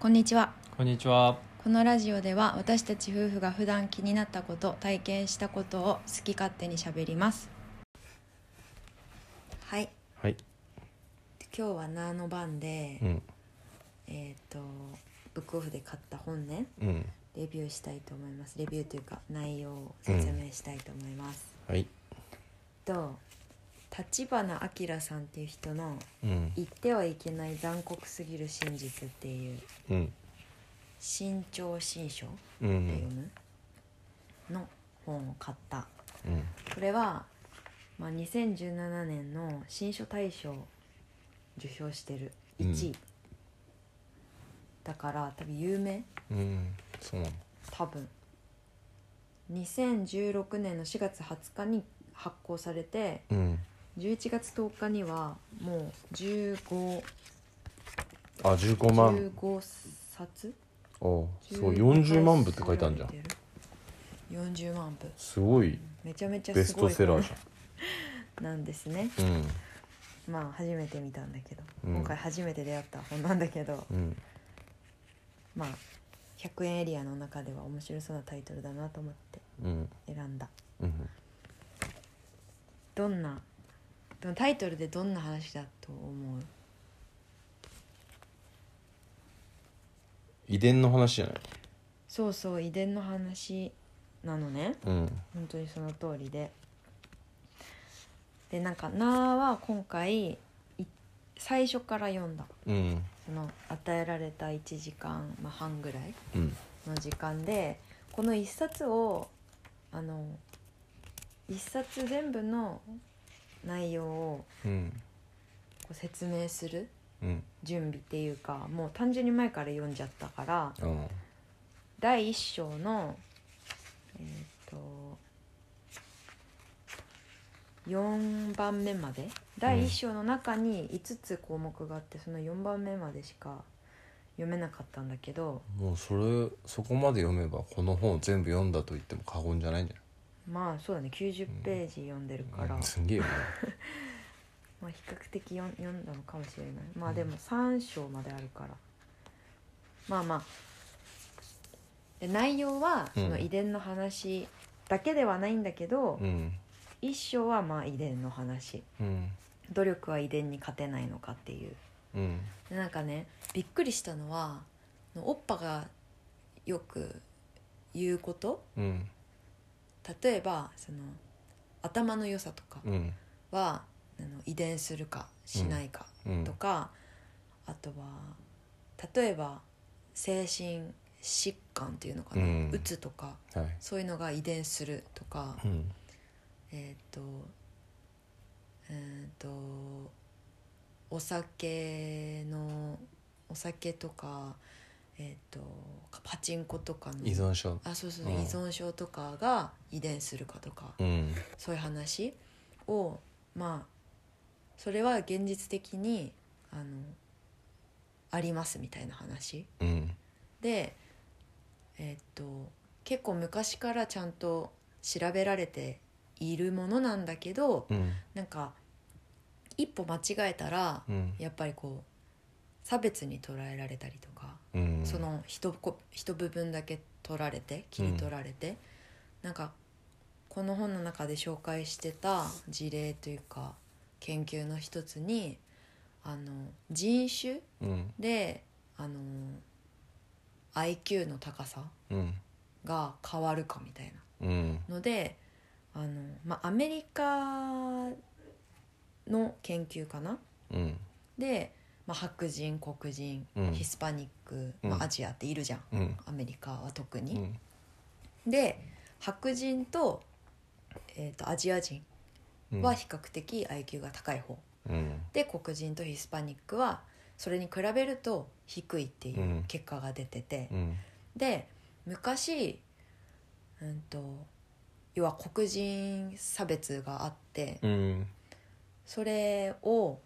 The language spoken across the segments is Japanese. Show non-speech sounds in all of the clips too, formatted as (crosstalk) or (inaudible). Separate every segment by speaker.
Speaker 1: こんにちは
Speaker 2: こんにちは。
Speaker 1: このラジオでは私たち夫婦が普段気になったこと体験したことを好き勝手にしゃべりますはい
Speaker 2: はい。
Speaker 1: 今日は「な」の番で、
Speaker 2: うん。
Speaker 1: えっ、とブックオフで買った本ね
Speaker 2: うん。
Speaker 1: レビューしたいと思いますレビューというか内容を説明したいと思います、
Speaker 2: はい。
Speaker 1: と立花明さんっていう人の
Speaker 2: うん
Speaker 1: 「言ってはいけない残酷すぎる真実」っていう
Speaker 2: うん。
Speaker 1: 「新潮新書」って
Speaker 2: うん。う
Speaker 1: 読
Speaker 2: ん。
Speaker 1: むの本を買った
Speaker 2: うん。
Speaker 1: これは、まあ、2017年の新書大賞を受賞してる
Speaker 2: うん
Speaker 1: 1位、だから多分有名
Speaker 2: うん。そうなの。
Speaker 1: 多分2016年の4月20日に発行されて
Speaker 2: うん。
Speaker 1: 11月10日にはもう15
Speaker 2: あ、十五万。
Speaker 1: 15冊
Speaker 2: あ、そう、
Speaker 1: 15
Speaker 2: 四十万部って書いてあるじゃん。
Speaker 1: 40万部
Speaker 2: すごい
Speaker 1: めちゃめちゃ
Speaker 2: ベ
Speaker 1: す
Speaker 2: ス
Speaker 1: ご
Speaker 2: ト
Speaker 1: い
Speaker 2: セラ
Speaker 1: 本
Speaker 2: ーじ
Speaker 1: なんですね
Speaker 2: ゃん。
Speaker 1: まあ初めて見たんだけど、
Speaker 2: うん
Speaker 1: 今回初めて出会った本なんだけど
Speaker 2: うん。うん。
Speaker 1: まあ100円エリアの中では面白そうなタイトルだなと思って
Speaker 2: うん。
Speaker 1: 選んだ
Speaker 2: うん。
Speaker 1: どんなでもタイトルでどんな話だと思う
Speaker 2: 遺伝の話じゃない。
Speaker 1: そうそう遺伝の話なのね
Speaker 2: うん。
Speaker 1: 本当にその通りででなんか「な」は今回い最初から読んだ
Speaker 2: うん。
Speaker 1: その与えられた1時間、まあ、半ぐらい
Speaker 2: うん。
Speaker 1: の時間でこの一冊をあの一冊全部の内容を
Speaker 2: うん。
Speaker 1: こう説明する
Speaker 2: うん。
Speaker 1: 準備っていうかもう単純に前から読んじゃったから
Speaker 2: あ
Speaker 1: 第一章のえーっと4番目まで第一章の中に5つ項目があってその4番目までしか読めなかったんだけど
Speaker 2: あ。もうそれそこまで読めばこの本を全部読んだと言っても過言じゃないんじゃない
Speaker 1: まあそうだね90ページ読んでるから、
Speaker 2: うんすんげえよね
Speaker 1: まあ、比較的読ん読んだのかもしれないまあでも3章まであるから、まあまあで内容は
Speaker 2: う
Speaker 1: そ
Speaker 2: ん
Speaker 1: の遺伝の話だけではないんだけど、
Speaker 2: うん
Speaker 1: 一章はまあ遺伝の話
Speaker 2: うん
Speaker 1: 努力は遺伝に勝てないのかっていう
Speaker 2: うん
Speaker 1: でなんかねびっくりしたのはおっぱがよく言うこと
Speaker 2: うん
Speaker 1: 例えばその頭の良さとか
Speaker 2: うん
Speaker 1: は、あの遺伝するかしないか
Speaker 2: うん
Speaker 1: とか、あとは例えば精神疾患っていうのかな、
Speaker 2: うん
Speaker 1: うつとか
Speaker 2: はい
Speaker 1: そういうのが遺伝するとか、
Speaker 2: うん
Speaker 1: えーっとえーっとお酒のお酒とかえーっとパチンコとかの
Speaker 2: 依存症
Speaker 1: あそうそう、
Speaker 2: うん
Speaker 1: 依存症とかが遺伝するかとか、
Speaker 2: うん
Speaker 1: そういう話をまあそれは現実的にあのありますみたいな話
Speaker 2: うん
Speaker 1: でえーっと結構昔からちゃんと調べられているものなんだけど
Speaker 2: うん
Speaker 1: なんか一歩間違えたら
Speaker 2: うん
Speaker 1: やっぱりこう差別に捉えられたりとか、
Speaker 2: うん
Speaker 1: その一こ一部分だけ取られて切り取られて、なんかこの本の中で紹介してた事例というか研究の一つにあの人種
Speaker 2: うん
Speaker 1: であの IQ の高さ
Speaker 2: うん
Speaker 1: が変わるかみたい
Speaker 2: うん
Speaker 1: なのであの、まあ、アメリカの研究かな
Speaker 2: うん
Speaker 1: で、まあ、白人黒人、
Speaker 2: うん
Speaker 1: ヒスパニック、
Speaker 2: うん
Speaker 1: まあ、アジアっているじゃん、
Speaker 2: うん
Speaker 1: アメリカは特
Speaker 2: う
Speaker 1: に。
Speaker 2: ん
Speaker 1: で白人と,、えー、とアジア人
Speaker 2: うん
Speaker 1: は比較的 IQ が高い方、
Speaker 2: うん
Speaker 1: で黒人とヒスパニックはそれに比べると低いっていううん結果が出てて、
Speaker 2: うん
Speaker 1: で昔、うん、と要は黒人差別があって、
Speaker 2: うん
Speaker 1: それを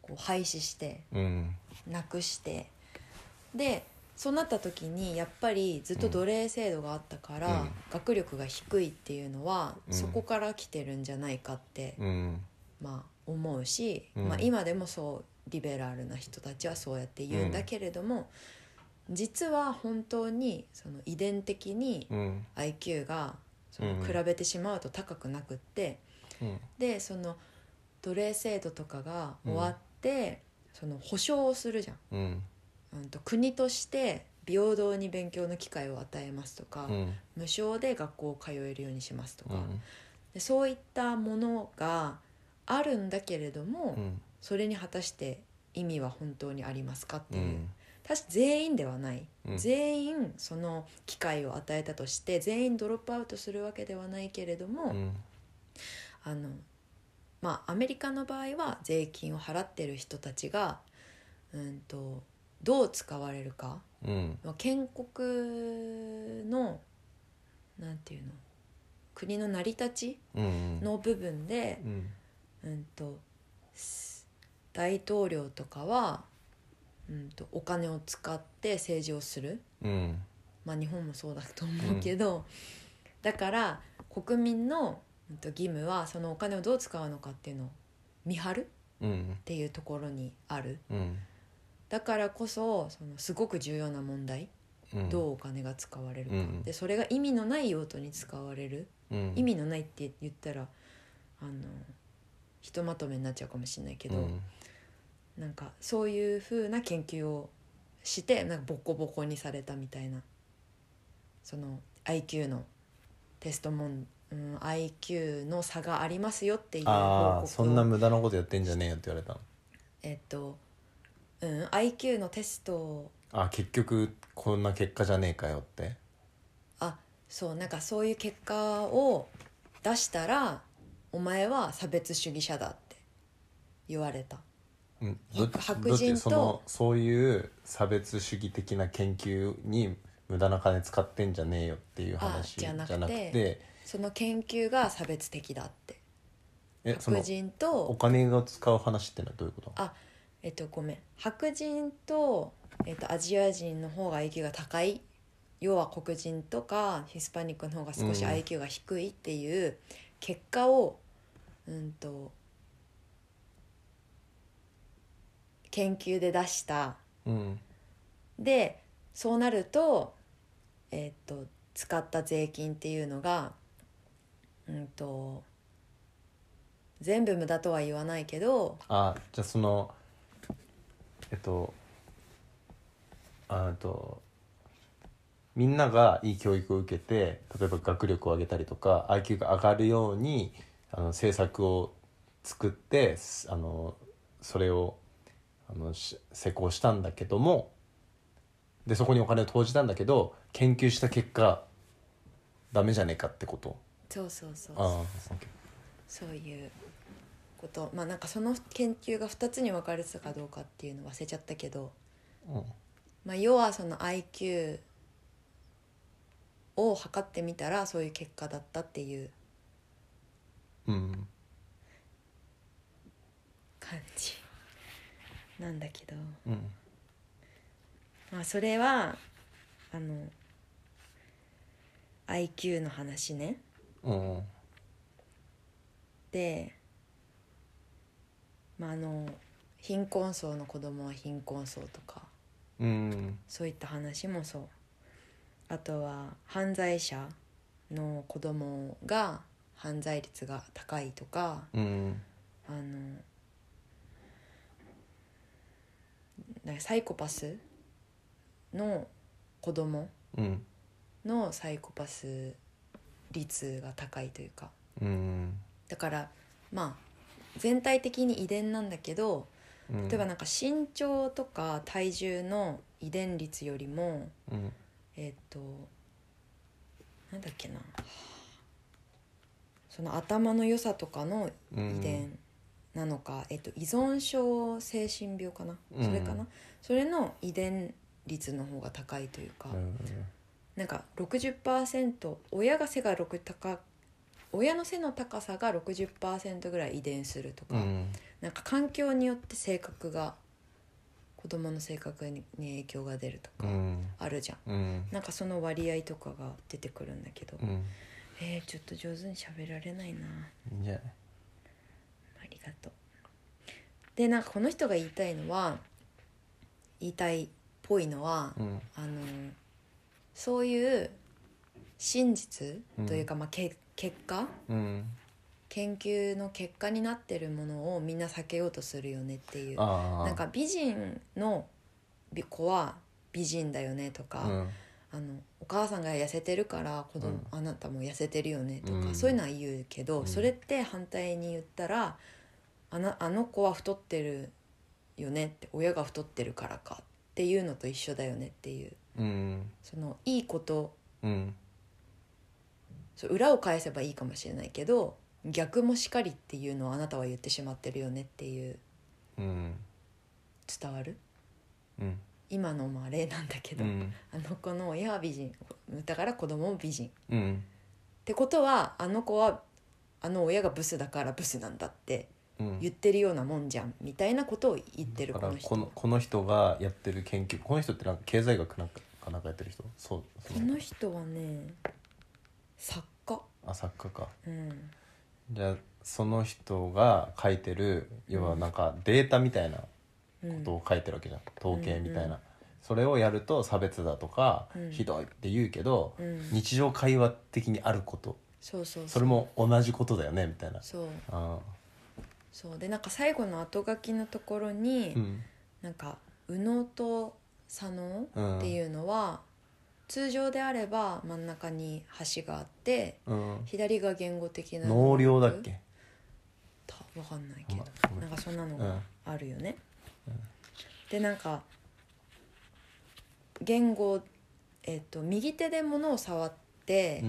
Speaker 1: こう廃止して
Speaker 2: うん
Speaker 1: なくしてでそうなった時にやっぱりずっと奴隷制度があったから、
Speaker 2: うん
Speaker 1: 学力が低いっていうのは、
Speaker 2: うん
Speaker 1: そこから来てるんじゃないかって、
Speaker 2: うん
Speaker 1: まあ、思うし、
Speaker 2: うん
Speaker 1: まあ、今でもそうリベラルな人たちはそうやって言うんだけれども、実は本当にその遺伝的に
Speaker 2: うん
Speaker 1: IQ がその
Speaker 2: うんうん
Speaker 1: 比べてしまうと高くなくって、
Speaker 2: うん
Speaker 1: でその奴隷制度とかが終わって、その保障をするじゃん、
Speaker 2: うん
Speaker 1: うん、と国として平等に勉強の機会を与えますとか、
Speaker 2: うん
Speaker 1: 無償で学校を通えるようにしますと
Speaker 2: う
Speaker 1: か、
Speaker 2: ん
Speaker 1: でそういったものがあるんだけれども、
Speaker 2: うん
Speaker 1: それに果たして意味は本当にありますかって
Speaker 2: う
Speaker 1: いう、
Speaker 2: ん
Speaker 1: 確か全員ではない、
Speaker 2: うん
Speaker 1: 全員その機会を与えたとして全員ドロップアウトするわけではないけれども、
Speaker 2: うん
Speaker 1: あのまあアメリカの場合は税金を払ってる人たちがうんとどう使われるか
Speaker 2: うん
Speaker 1: まあ建国のなんていうの国の成り立ち
Speaker 2: うん
Speaker 1: の部分で、
Speaker 2: うん
Speaker 1: うんとす大統領とかは、うん、とお金を使って政治をする、
Speaker 2: うん
Speaker 1: まあ、日本もそうだと思うけど、だから国民の、うん、と義務はそのお金をどう使うのかっていうのを見張るっ
Speaker 2: うん
Speaker 1: ていうところにある
Speaker 2: うん
Speaker 1: だからこそそのすごく重要な問題
Speaker 2: うん
Speaker 1: どうお金が使われるか、
Speaker 2: うん
Speaker 1: でそれが意味のない用途に使われる、
Speaker 2: うん
Speaker 1: 意味のないって言ったらあのひとまとめになっちゃうかもしれないけど、
Speaker 2: うん
Speaker 1: なんかそういう風な研究をしてなんかボコボコにされたみたいなその IQ のテストもん、うん、IQ の差がありますよっていう
Speaker 2: ああ
Speaker 1: 報
Speaker 2: そ
Speaker 1: 告
Speaker 2: んな
Speaker 1: を
Speaker 2: 無駄なことやってんじゃねえよって言われたの
Speaker 1: えっと、うん、IQ のテストを
Speaker 2: あ結局こんな結果じゃねえかよって
Speaker 1: あそうなんかそういう結果を出したらお前は差別主義者だって言われた
Speaker 2: うん
Speaker 1: 白
Speaker 2: ど
Speaker 1: 白人
Speaker 2: どっち
Speaker 1: と
Speaker 2: そのそういう差別主義的な研究に無駄な金使ってんじゃねえよっていう話
Speaker 1: あ
Speaker 2: じ
Speaker 1: じ
Speaker 2: ゃ
Speaker 1: ゃな
Speaker 2: なく
Speaker 1: く
Speaker 2: て
Speaker 1: てその研究が差別的だって
Speaker 2: えそ
Speaker 1: 白
Speaker 2: の
Speaker 1: 人と
Speaker 2: お金を使う話ってのはどういうこと
Speaker 1: あえっとごめん白人と、えっと、アジア人の方が IQ が高い要は黒人とかヒスパニックの方が少し
Speaker 2: うん
Speaker 1: IQ が低いっていう結果を、うんと研究で出した
Speaker 2: うん
Speaker 1: でそうなると,、えー、と使った税金っていうのが、うん、と全部無駄とは言わないけど
Speaker 2: あじゃあそのえっとあえっとみんながいい教育を受けて例えば学力を上げたりとか IQ が上がるようにあの政策を作ってすあのそれをあのし施行したんだけどもでそこにお金を投じたんだけど研究した結果ダメじゃねえかってこと
Speaker 1: そうそうそう
Speaker 2: ああ
Speaker 1: そういうことまあなんかその研究が2つに分かれてたかどうかっていうの忘れちゃったけど、
Speaker 2: うん
Speaker 1: まあ、要はその IQ を測ってみたらそういう結果だったっていう
Speaker 2: うん
Speaker 1: 感じなんだけど。
Speaker 2: うん
Speaker 1: まあ、それはあの IQ の話ね
Speaker 2: うんうん
Speaker 1: で、まあ、あの貧困層の子供は貧困層とか
Speaker 2: うん
Speaker 1: そういった話もそうあとは犯罪者の子供が犯罪率が高いとか
Speaker 2: うん
Speaker 1: あのなんかサイコパスの子供
Speaker 2: うん
Speaker 1: のサイコパス率が高いというか
Speaker 2: うん
Speaker 1: だからまあ全体的に遺伝なんだけど
Speaker 2: うん
Speaker 1: 例えばなんか身長とか体重の遺伝率よりも
Speaker 2: うん
Speaker 1: えっ、となんだっけなその頭の良さとかの遺伝なのか、えっと依存症精神病かな、
Speaker 2: うん
Speaker 1: それかなそれの遺伝率の方が高いというか。
Speaker 2: うん
Speaker 1: なんか60%親が背が6高親の背の高さが60%ぐらい遺伝するとか、
Speaker 2: うん
Speaker 1: なんか環境によって性格が子供の性格にに影響が出ると
Speaker 2: う
Speaker 1: か
Speaker 2: ん
Speaker 1: あるじゃん、
Speaker 2: うん
Speaker 1: なんかその割合とかが出てくるんだけど、
Speaker 2: うん
Speaker 1: えー、ちょっと上手に喋られないない
Speaker 2: いんじゃない
Speaker 1: ありがとうでなんかこの人が言いたいのは言いたいぽいのは、
Speaker 2: うん
Speaker 1: あのそういう真実というか、まあ、け結果
Speaker 2: うん
Speaker 1: 研究の結果になってるものをみんな避けようとするよねっていう
Speaker 2: ああ
Speaker 1: なんか美人のび子は美人だよねとか、
Speaker 2: うん
Speaker 1: あのお母さんが痩せてるから子供、
Speaker 2: うん
Speaker 1: あなたも痩せてるよねとか、
Speaker 2: うん
Speaker 1: そういうのは言うけど、
Speaker 2: うん
Speaker 1: それって反対に言ったらあのあの子は太ってるよねって親が太ってるからかっていうのと一緒だよねっていう
Speaker 2: うん
Speaker 1: そのいいこと
Speaker 2: うん
Speaker 1: そう裏を返せばいいかもしれないけど逆もしかりっていうのをあなたは言ってしまってるよねっていう
Speaker 2: うん
Speaker 1: 伝わる
Speaker 2: うん
Speaker 1: 今のまあ例なんだけ
Speaker 2: う
Speaker 1: ど、
Speaker 2: ん
Speaker 1: あの子の親は美人だから子供も美人
Speaker 2: うん
Speaker 1: ってことはあの子はあの親がブスだからブスなんだって
Speaker 2: うん
Speaker 1: 言ってるようなもんじゃんみたいなことを言ってる
Speaker 2: だ
Speaker 1: こ
Speaker 2: から
Speaker 1: の人
Speaker 2: このこの人がやってる研究この人ってなんか経済学なんかかなんかやってる人そうそ
Speaker 1: この人はね作家
Speaker 2: あ作家か
Speaker 1: うん
Speaker 2: じゃあその人が書いてる要はなんかデータみたいなこ
Speaker 1: うん
Speaker 2: とを書いてるわけじゃん、統計みたいな、
Speaker 1: うんうん
Speaker 2: それをやると差別だとか、
Speaker 1: うん
Speaker 2: ひどいって言うけど、
Speaker 1: うん
Speaker 2: 日常会話的にあること
Speaker 1: そうそう
Speaker 2: そ
Speaker 1: そう
Speaker 2: れも同じことだよねみたいな
Speaker 1: そう
Speaker 2: あ
Speaker 1: そうでなんか最後の後書きのところに、
Speaker 2: ーうん
Speaker 1: なんか右脳と左脳っていうのは、通常であれば真ん中に橋があって
Speaker 2: うん
Speaker 1: 左が言語的な
Speaker 2: 能量だっけ
Speaker 1: たわかんないけど
Speaker 2: ごめん
Speaker 1: なんかそんなのがあるよね。でなんか言語、えっと右手で物を触って、
Speaker 2: うん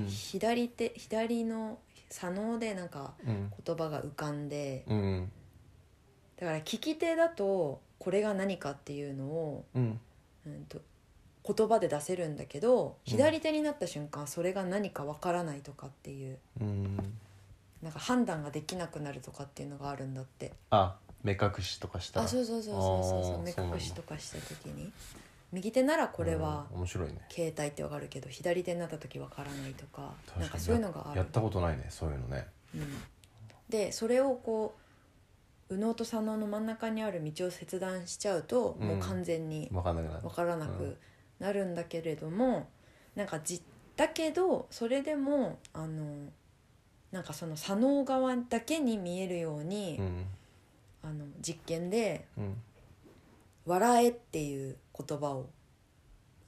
Speaker 1: 左手左の左脳でなんか
Speaker 2: うん
Speaker 1: 言葉が浮かんで
Speaker 2: うん
Speaker 1: だから聞き手だとこれが何かっていうのを、
Speaker 2: うん
Speaker 1: うん、と言葉で出せるんだけど
Speaker 2: うん
Speaker 1: 左手になった瞬間それが何かわからないとかっていう
Speaker 2: うん
Speaker 1: なんか判断ができなくなるとかっていうのがあるんだって。
Speaker 2: あ目隠しとかしたら
Speaker 1: あそうそうそうそうそうそう
Speaker 2: あー
Speaker 1: 目
Speaker 2: そうなんだ
Speaker 1: 隠しとかした時に右手ならこれは
Speaker 2: うん面白いね
Speaker 1: 携帯ってわかるけど左手になった時わからないとか
Speaker 2: 確かに
Speaker 1: なんかそういうのがあ
Speaker 2: や
Speaker 1: る
Speaker 2: っ、たことないねそういうのね
Speaker 1: うん、でそれをこう右脳と左脳の真ん中にある道を切断しちゃうと、
Speaker 2: うん
Speaker 1: もう完全に
Speaker 2: 分かんなくなる
Speaker 1: わからな
Speaker 2: うん
Speaker 1: くなるんだけれども、なんかじだけどそれでもあのなんかその左脳側だけに見えるように、
Speaker 2: うん
Speaker 1: あの実験で
Speaker 2: うん
Speaker 1: 「笑え」っていう言葉を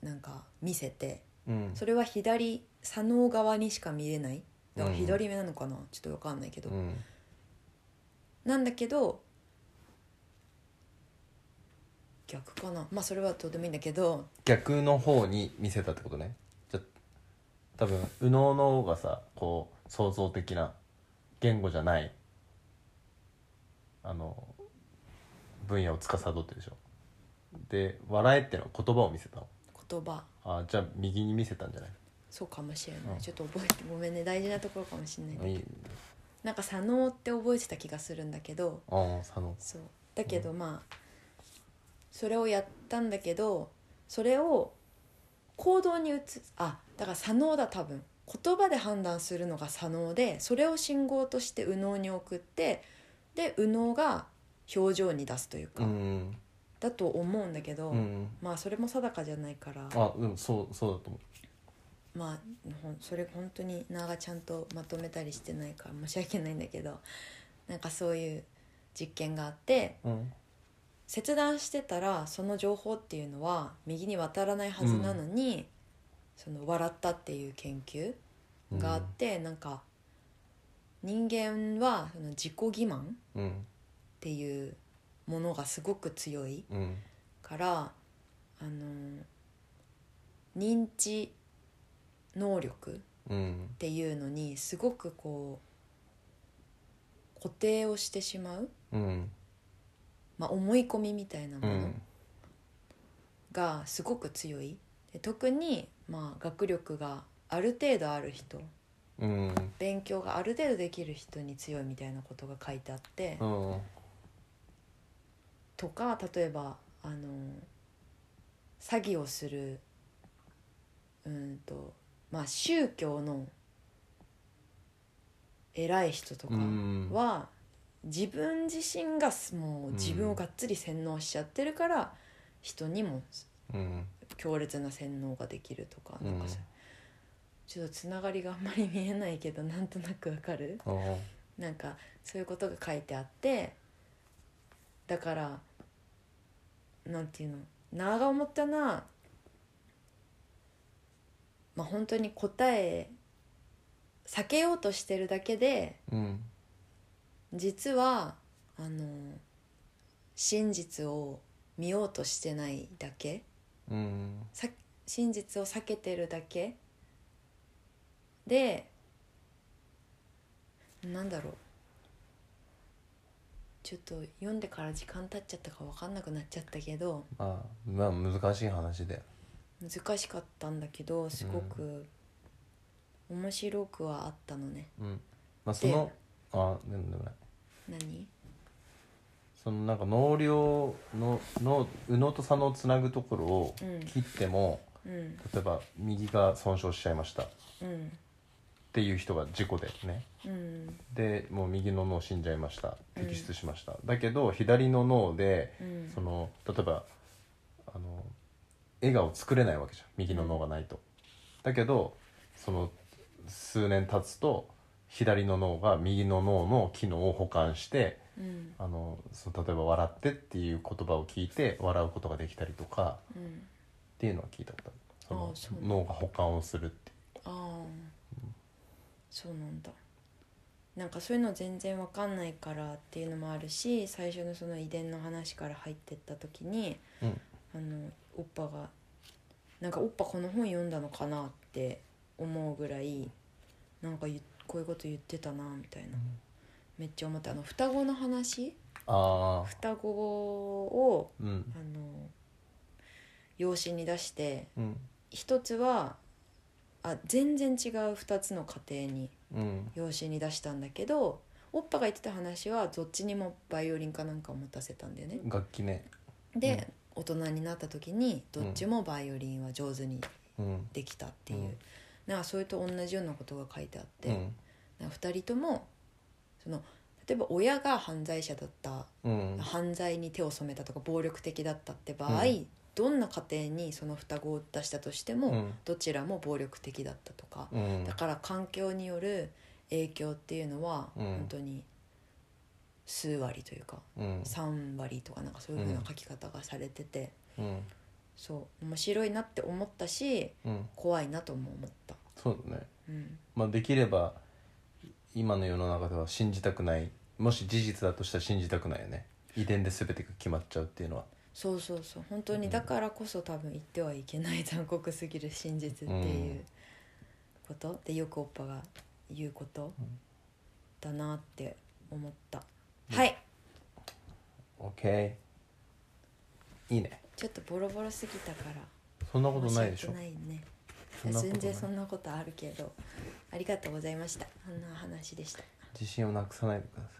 Speaker 1: なんか見せて
Speaker 2: うん
Speaker 1: それは左左脳側にしか見れないだから
Speaker 2: うん
Speaker 1: 左目なのかなちょっと分かんないけど、
Speaker 2: うん
Speaker 1: なんだけど逆かなまあそれはどうでもいいんだけど
Speaker 2: 逆の方に見せたってことねじゃ多分右脳の方がさこう創造的な言語じゃないあの分野を司ってるでしょで「笑え」ってのは言葉を見せたの
Speaker 1: 言葉
Speaker 2: あじゃあ右に見せたんじゃない
Speaker 1: そうかもしれない、
Speaker 2: うん
Speaker 1: ちょっと覚えてごめんね大事なところかもしれない
Speaker 2: いい
Speaker 1: なんか左脳って覚えてた気がするんだけど
Speaker 2: ああ佐野
Speaker 1: そうだけどまあ、それをやったんだけどそれを行動に移すあだから左脳だ多分言葉で判断するのが左脳でそれを信号として右脳に送ってで右脳が表情に出すというか、
Speaker 2: うん
Speaker 1: だと思うんだけど、
Speaker 2: うん
Speaker 1: まあそれも定かじゃないから
Speaker 2: あでもそうそうだと思う
Speaker 1: まあほんそれ本当に名がちゃんとまとめたりしてないから申し訳ないんだけどなんかそういう実験があって
Speaker 2: うん
Speaker 1: 切断してたらその情報っていうのは右に渡らないはずなのに、その笑ったっていう研究があって、なんか人間はその自己欺瞞っ
Speaker 2: うん
Speaker 1: ていうものがすごく強い
Speaker 2: うん
Speaker 1: からあの認知能力っ
Speaker 2: うん
Speaker 1: ていうのにすごくこう固定をしてしまう、
Speaker 2: うん
Speaker 1: まあ、思い込みみたいな
Speaker 2: う
Speaker 1: もの。
Speaker 2: ん
Speaker 1: がすごく強いで特にまあ学力がある程度ある人
Speaker 2: うん
Speaker 1: 勉強がある程度できる人に強いみたいなことが書いてあって、
Speaker 2: うん
Speaker 1: とか例えばあの詐欺をするうんとまあ宗教の偉い人とか
Speaker 2: うん
Speaker 1: は、自分自身がすもう自分をがっつり洗脳しちゃってるから、人にも
Speaker 2: うん
Speaker 1: 強烈な洗脳ができるとか
Speaker 2: う
Speaker 1: なん
Speaker 2: ん
Speaker 1: かそちょっとつながりがあんまり見えないけどなんとなくわかる
Speaker 2: あー
Speaker 1: なんかそういうことが書いてあってだからなんていうの長思ったなまあ本当に答え避けようとしてるだけで
Speaker 2: うん
Speaker 1: 実はあの真実を見ようとしてないだけ
Speaker 2: うん
Speaker 1: さ真実を避けてるだけでなんだろうちょっと読んでから時間経っちゃったか分かんなくなっちゃったけど
Speaker 2: まあまあ難しい話で
Speaker 1: 難しかったんだけどすごく面白くはあったのね。
Speaker 2: うんまあそのあでもでもない
Speaker 1: 何
Speaker 2: そのなんか脳量のの右脳と左脳をつなぐところを
Speaker 1: うん
Speaker 2: 切っても、
Speaker 1: うん
Speaker 2: 例えば右が損傷しちゃいましたっ
Speaker 1: うん
Speaker 2: ていう人が事故でね
Speaker 1: うん
Speaker 2: でもう右の脳死んじゃいました摘出しました、だけど左の脳で
Speaker 1: うん
Speaker 2: その例えばあの笑顔作れないわけじゃん右の脳がないと、だけどその数年経つと左の脳が右の脳の機能を補完して
Speaker 1: うん
Speaker 2: あのその例えば「笑って」っていう言葉を聞いて笑うことができたりとか
Speaker 1: うん
Speaker 2: っていうのは聞いたことある
Speaker 1: あ
Speaker 2: そ
Speaker 1: そ
Speaker 2: の
Speaker 1: う
Speaker 2: 脳が補完をするってい
Speaker 1: ああそうなんだなんかそういうの全然わかんないからっていうのもあるし最初のその遺伝の話から入ってった時に
Speaker 2: う、うん、
Speaker 1: あのおっぱがなんかおっぱこの本読んだのかなって思うぐらいなんかゆこういうこと言ってたなみたいな、めっちゃ思ったあの双子の話
Speaker 2: ああ
Speaker 1: 双子を
Speaker 2: うん
Speaker 1: あの養子に出して
Speaker 2: うん
Speaker 1: 一つはあ全然違う2つの家庭に
Speaker 2: うん
Speaker 1: 養子に出したんだけどおっぱが言ってた話はどっちにもバイオリンかなんかを持たせたんだよね。
Speaker 2: 楽器ね
Speaker 1: で、大人になった時にどっちもバイオリンは上手に
Speaker 2: うん
Speaker 1: できたっていう、
Speaker 2: うん
Speaker 1: なんかそれと同じようなことが書いてあって、
Speaker 2: うん
Speaker 1: なんか2人ともその例えば親が犯罪者だった
Speaker 2: うん
Speaker 1: 犯罪に手を染めたとか暴力的だったって場合、
Speaker 2: うん
Speaker 1: どんな家庭にその双子を出したとしても、
Speaker 2: うん
Speaker 1: どちらも暴力的だったとか、
Speaker 2: うん
Speaker 1: だから環境による影響っていうのは
Speaker 2: うん
Speaker 1: 本当に数割というか
Speaker 2: うん
Speaker 1: 3割とかなんかそういうふうな書き方がされてて、
Speaker 2: うん
Speaker 1: そう面白いなって思ったし
Speaker 2: うん
Speaker 1: 怖いなとも思った。
Speaker 2: そうだね
Speaker 1: うん
Speaker 2: まあできれば今の世の中では信じたくないもし事実だとしたら信じたくないよね遺伝で全てが決まっちゃうっていうのは
Speaker 1: そうそうそう本当にだからこそ多分言ってはいけない残酷すぎる真実っていううんこと、でよくおっぱが言うことだなって思った、はい
Speaker 2: OK いいね
Speaker 1: ちょっとボロボロすぎたから
Speaker 2: そんなことないでし
Speaker 1: 申
Speaker 2: ょ
Speaker 1: 訳ないね
Speaker 2: そんなことない
Speaker 1: 全然そんなことあるけどありがとうございましたあんな話でした
Speaker 2: 自信をなくさないでください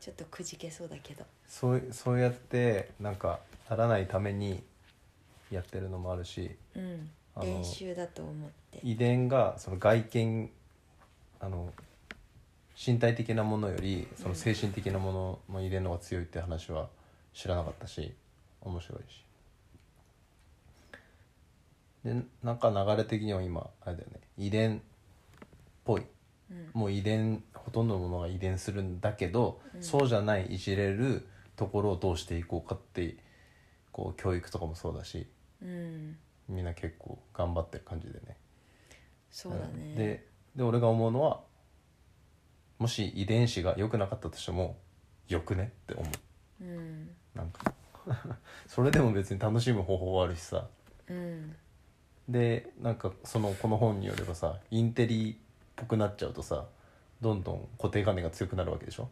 Speaker 1: ちょっとくじけそうだけど
Speaker 2: そういそうやってなんかならないためにやってるのもあるし
Speaker 1: うん
Speaker 2: あの
Speaker 1: 練習だと思って
Speaker 2: 遺伝がその外見あの身体的なものよりその精神的なものの遺伝の方が強いって話は知らなかったし面白いしでなんか流れ的には今あれだよね遺伝っぽい、もう遺伝ほとんどのものが遺伝するんだけど、そうじゃないいじれるところをどうしていこうかってこう教育とかもそうだし
Speaker 1: うん
Speaker 2: みんな結構頑張ってる感じでね
Speaker 1: そうだね、
Speaker 2: んでで俺が思うのはもし遺伝子が良くなかったとしてもよくねって思う
Speaker 1: うん
Speaker 2: なんか (laughs) それでも別に楽しむ方法はあるしさ
Speaker 1: うん
Speaker 2: でなんかそのこの本によればさインテリっぽくなっちゃうとさどんどん固定観念が強くなるわけでしょ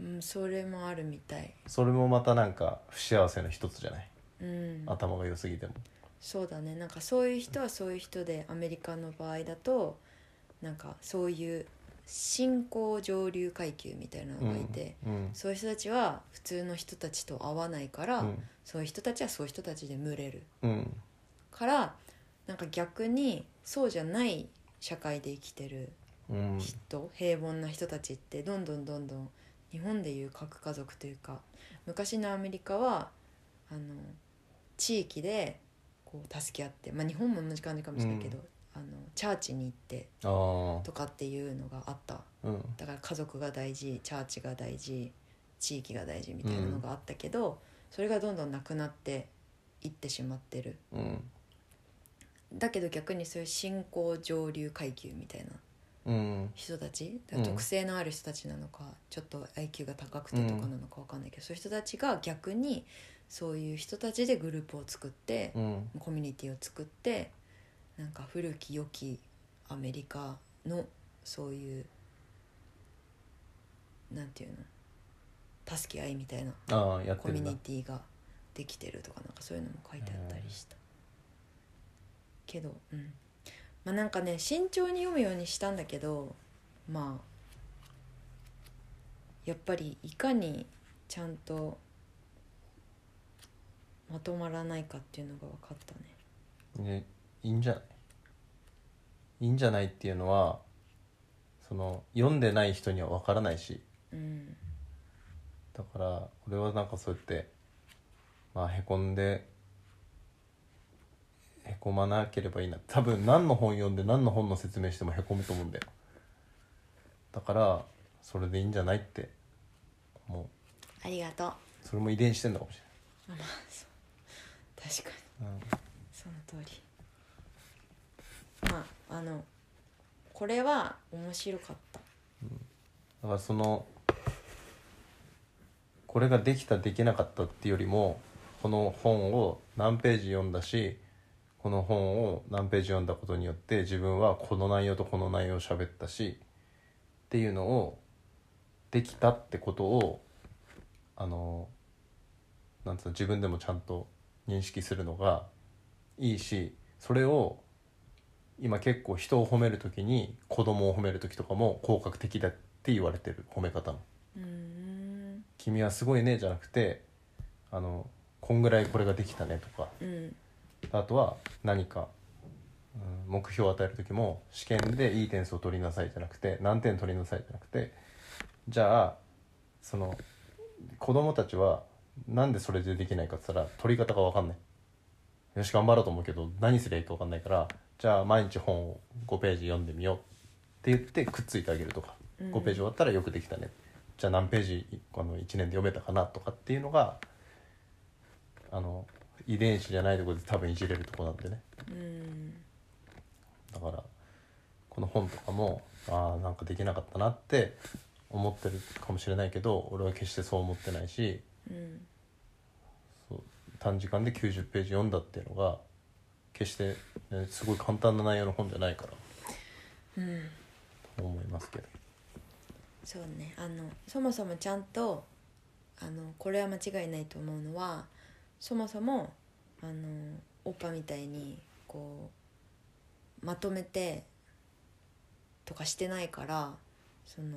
Speaker 1: うんそれもあるみたい
Speaker 2: それもまたなんか不幸せの一つじゃない
Speaker 1: うん
Speaker 2: 頭が良すぎても
Speaker 1: そうだねなんかそういう人はそういう人でアメリカの場合だとなんかそういう新興上流階級みたいなのがいて、
Speaker 2: うん
Speaker 1: そういう人たちは普通の人たちと合わないから、
Speaker 2: うん
Speaker 1: そういう人たちはそういう人たちで群れる
Speaker 2: うん
Speaker 1: からなんか逆にそうじゃない社会で生きてる
Speaker 2: うん
Speaker 1: 人平凡な人たちってどんどんどんどん日本でいう核家族というか昔のアメリカはあの地域でこう助け合って、まあ、日本も同じ感じかもしれないけど、あのチャーチに行って
Speaker 2: あー
Speaker 1: とかっていうのがあった
Speaker 2: うん
Speaker 1: だから家族が大事チャーチが大事地域が大事みたいなのがあったけど、それがどんどんなくなっていってしまってる
Speaker 2: うん
Speaker 1: だけど逆にそういう新興上流階級みたいな
Speaker 2: うん
Speaker 1: 人たちだから特性のある人たちなのか、ちょっと IQ が高くてとかなのかわかんないけど、そういう人たちが逆にそういう人たちでグループを作って、
Speaker 2: うん
Speaker 1: コミュニティを作ってなんか古き良きアメリカのそういうなんていうの助け合いみたいな
Speaker 2: ああやっ
Speaker 1: コ
Speaker 2: てる
Speaker 1: ミュ
Speaker 2: んだ
Speaker 1: ニティができてるとかなんかそういうのも書いてあったりした、けどうんまあなんかね慎重に読むようにしたんだけどまあやっぱりいかにちゃんとまとまらないかっていうのが分かったね
Speaker 2: ねいいんじゃないいいんじゃないっていうのはその読んでない人には分からないし
Speaker 1: うん
Speaker 2: だから俺はなんかそうやってまあへこんでへこまなければいいな多分何の本読んで何の本の説明してもへこむと思うんだよだからそれでいいんじゃないっても
Speaker 1: ありがとう
Speaker 2: うそれも遺伝してんだかもし
Speaker 1: まあそう確かに
Speaker 2: れない、
Speaker 1: その通りまああのこれは面白かった
Speaker 2: だからそのこれができたできなかったっていうよりもこの本を何ページ読んだしこの本を何ページ読んだことによって自分はこの内容とこの内容を喋ったしっていうのをできたってことをあのなんつうの自分でもちゃんと認識するのがいいしそれを今結構人を褒める時に子供を褒める時とかも効果的だって言われてる褒め方の
Speaker 1: うーん
Speaker 2: 「君はすごいね」じゃなくて「あのこんぐらいこれができたね」とか
Speaker 1: うん
Speaker 2: あとは何か、うん、目標を与える時も試験でいい点数を取りなさいじゃなくて何点取りなさいじゃなくてじゃあその子供たちはなんでそれでできないかって言ったら取り方が分かんないよし頑張ろうと思うけど何すりゃいいか分かんないからじゃあ毎日本を5ページ読んでみようって言ってくっついてあげるとか、
Speaker 1: うん
Speaker 2: 5ページ終わったらよくできたねじゃあ何ページあの1年で読めたかなとかっていうのがあの遺伝子じゃないところで多分いじれるとこなんでね
Speaker 1: うん
Speaker 2: だからこの本とかもああなんかできなかったなって思ってるかもしれないけど俺は決してそう思ってないし
Speaker 1: うん
Speaker 2: そう短時間で90ページ読んだっていうのが決して、ね、すごい簡単な内容の本じゃないから
Speaker 1: うん
Speaker 2: と思いますけど
Speaker 1: そうねあのそもそもちゃんとあのこれは間違いないと思うのはそもそもあのオッパみたいにこうまとめてとかしてないからその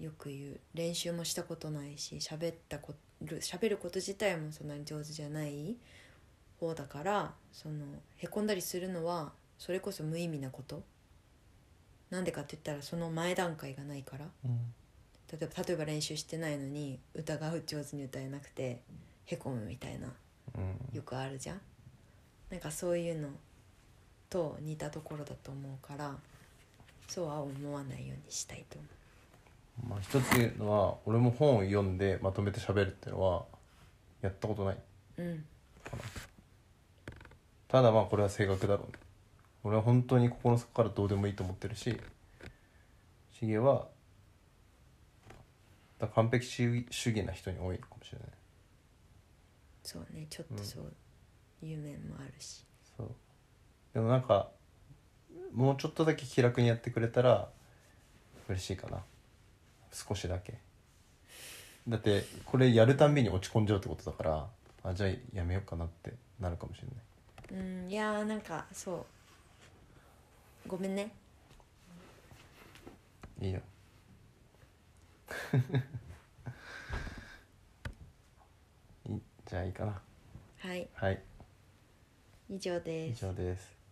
Speaker 1: よく言う練習もしたことないし喋ったこる喋ること自体もそんなに上手じゃない方だからそのへこんだりするのはそれこそ無意味なことなんでかって言ったらその前段階がないから
Speaker 2: うん
Speaker 1: 例えば例えば練習してないのに歌が上手に歌えなくてへこむみたいな
Speaker 2: うん
Speaker 1: よくあるじゃんなんかそういうのと似たところだと思うからそうは思わないようにしたいと思
Speaker 2: まあ一つ言うのは俺も本を読んでまとめて喋るっていうのはやったことないう
Speaker 1: うん
Speaker 2: ただまあこれは性格だろうね俺は本当に心の底からどうでもいいと思ってるしシゲはだから完璧主義主義な人に多いのかもしれない
Speaker 1: そうねちょっとそういう面もあるし
Speaker 2: そうでもなんかもうちょっとだけ気楽にやってくれたら嬉しいかな少しだけだってこれやるたんびに落ち込んじゃうってことだからあじゃあやめようかなってなるかもしれない
Speaker 1: うんいやーなんかそうごめんね
Speaker 2: いいよいじゃあいいかな
Speaker 1: はい
Speaker 2: はい
Speaker 1: 以上で
Speaker 2: 以
Speaker 1: す
Speaker 2: 上です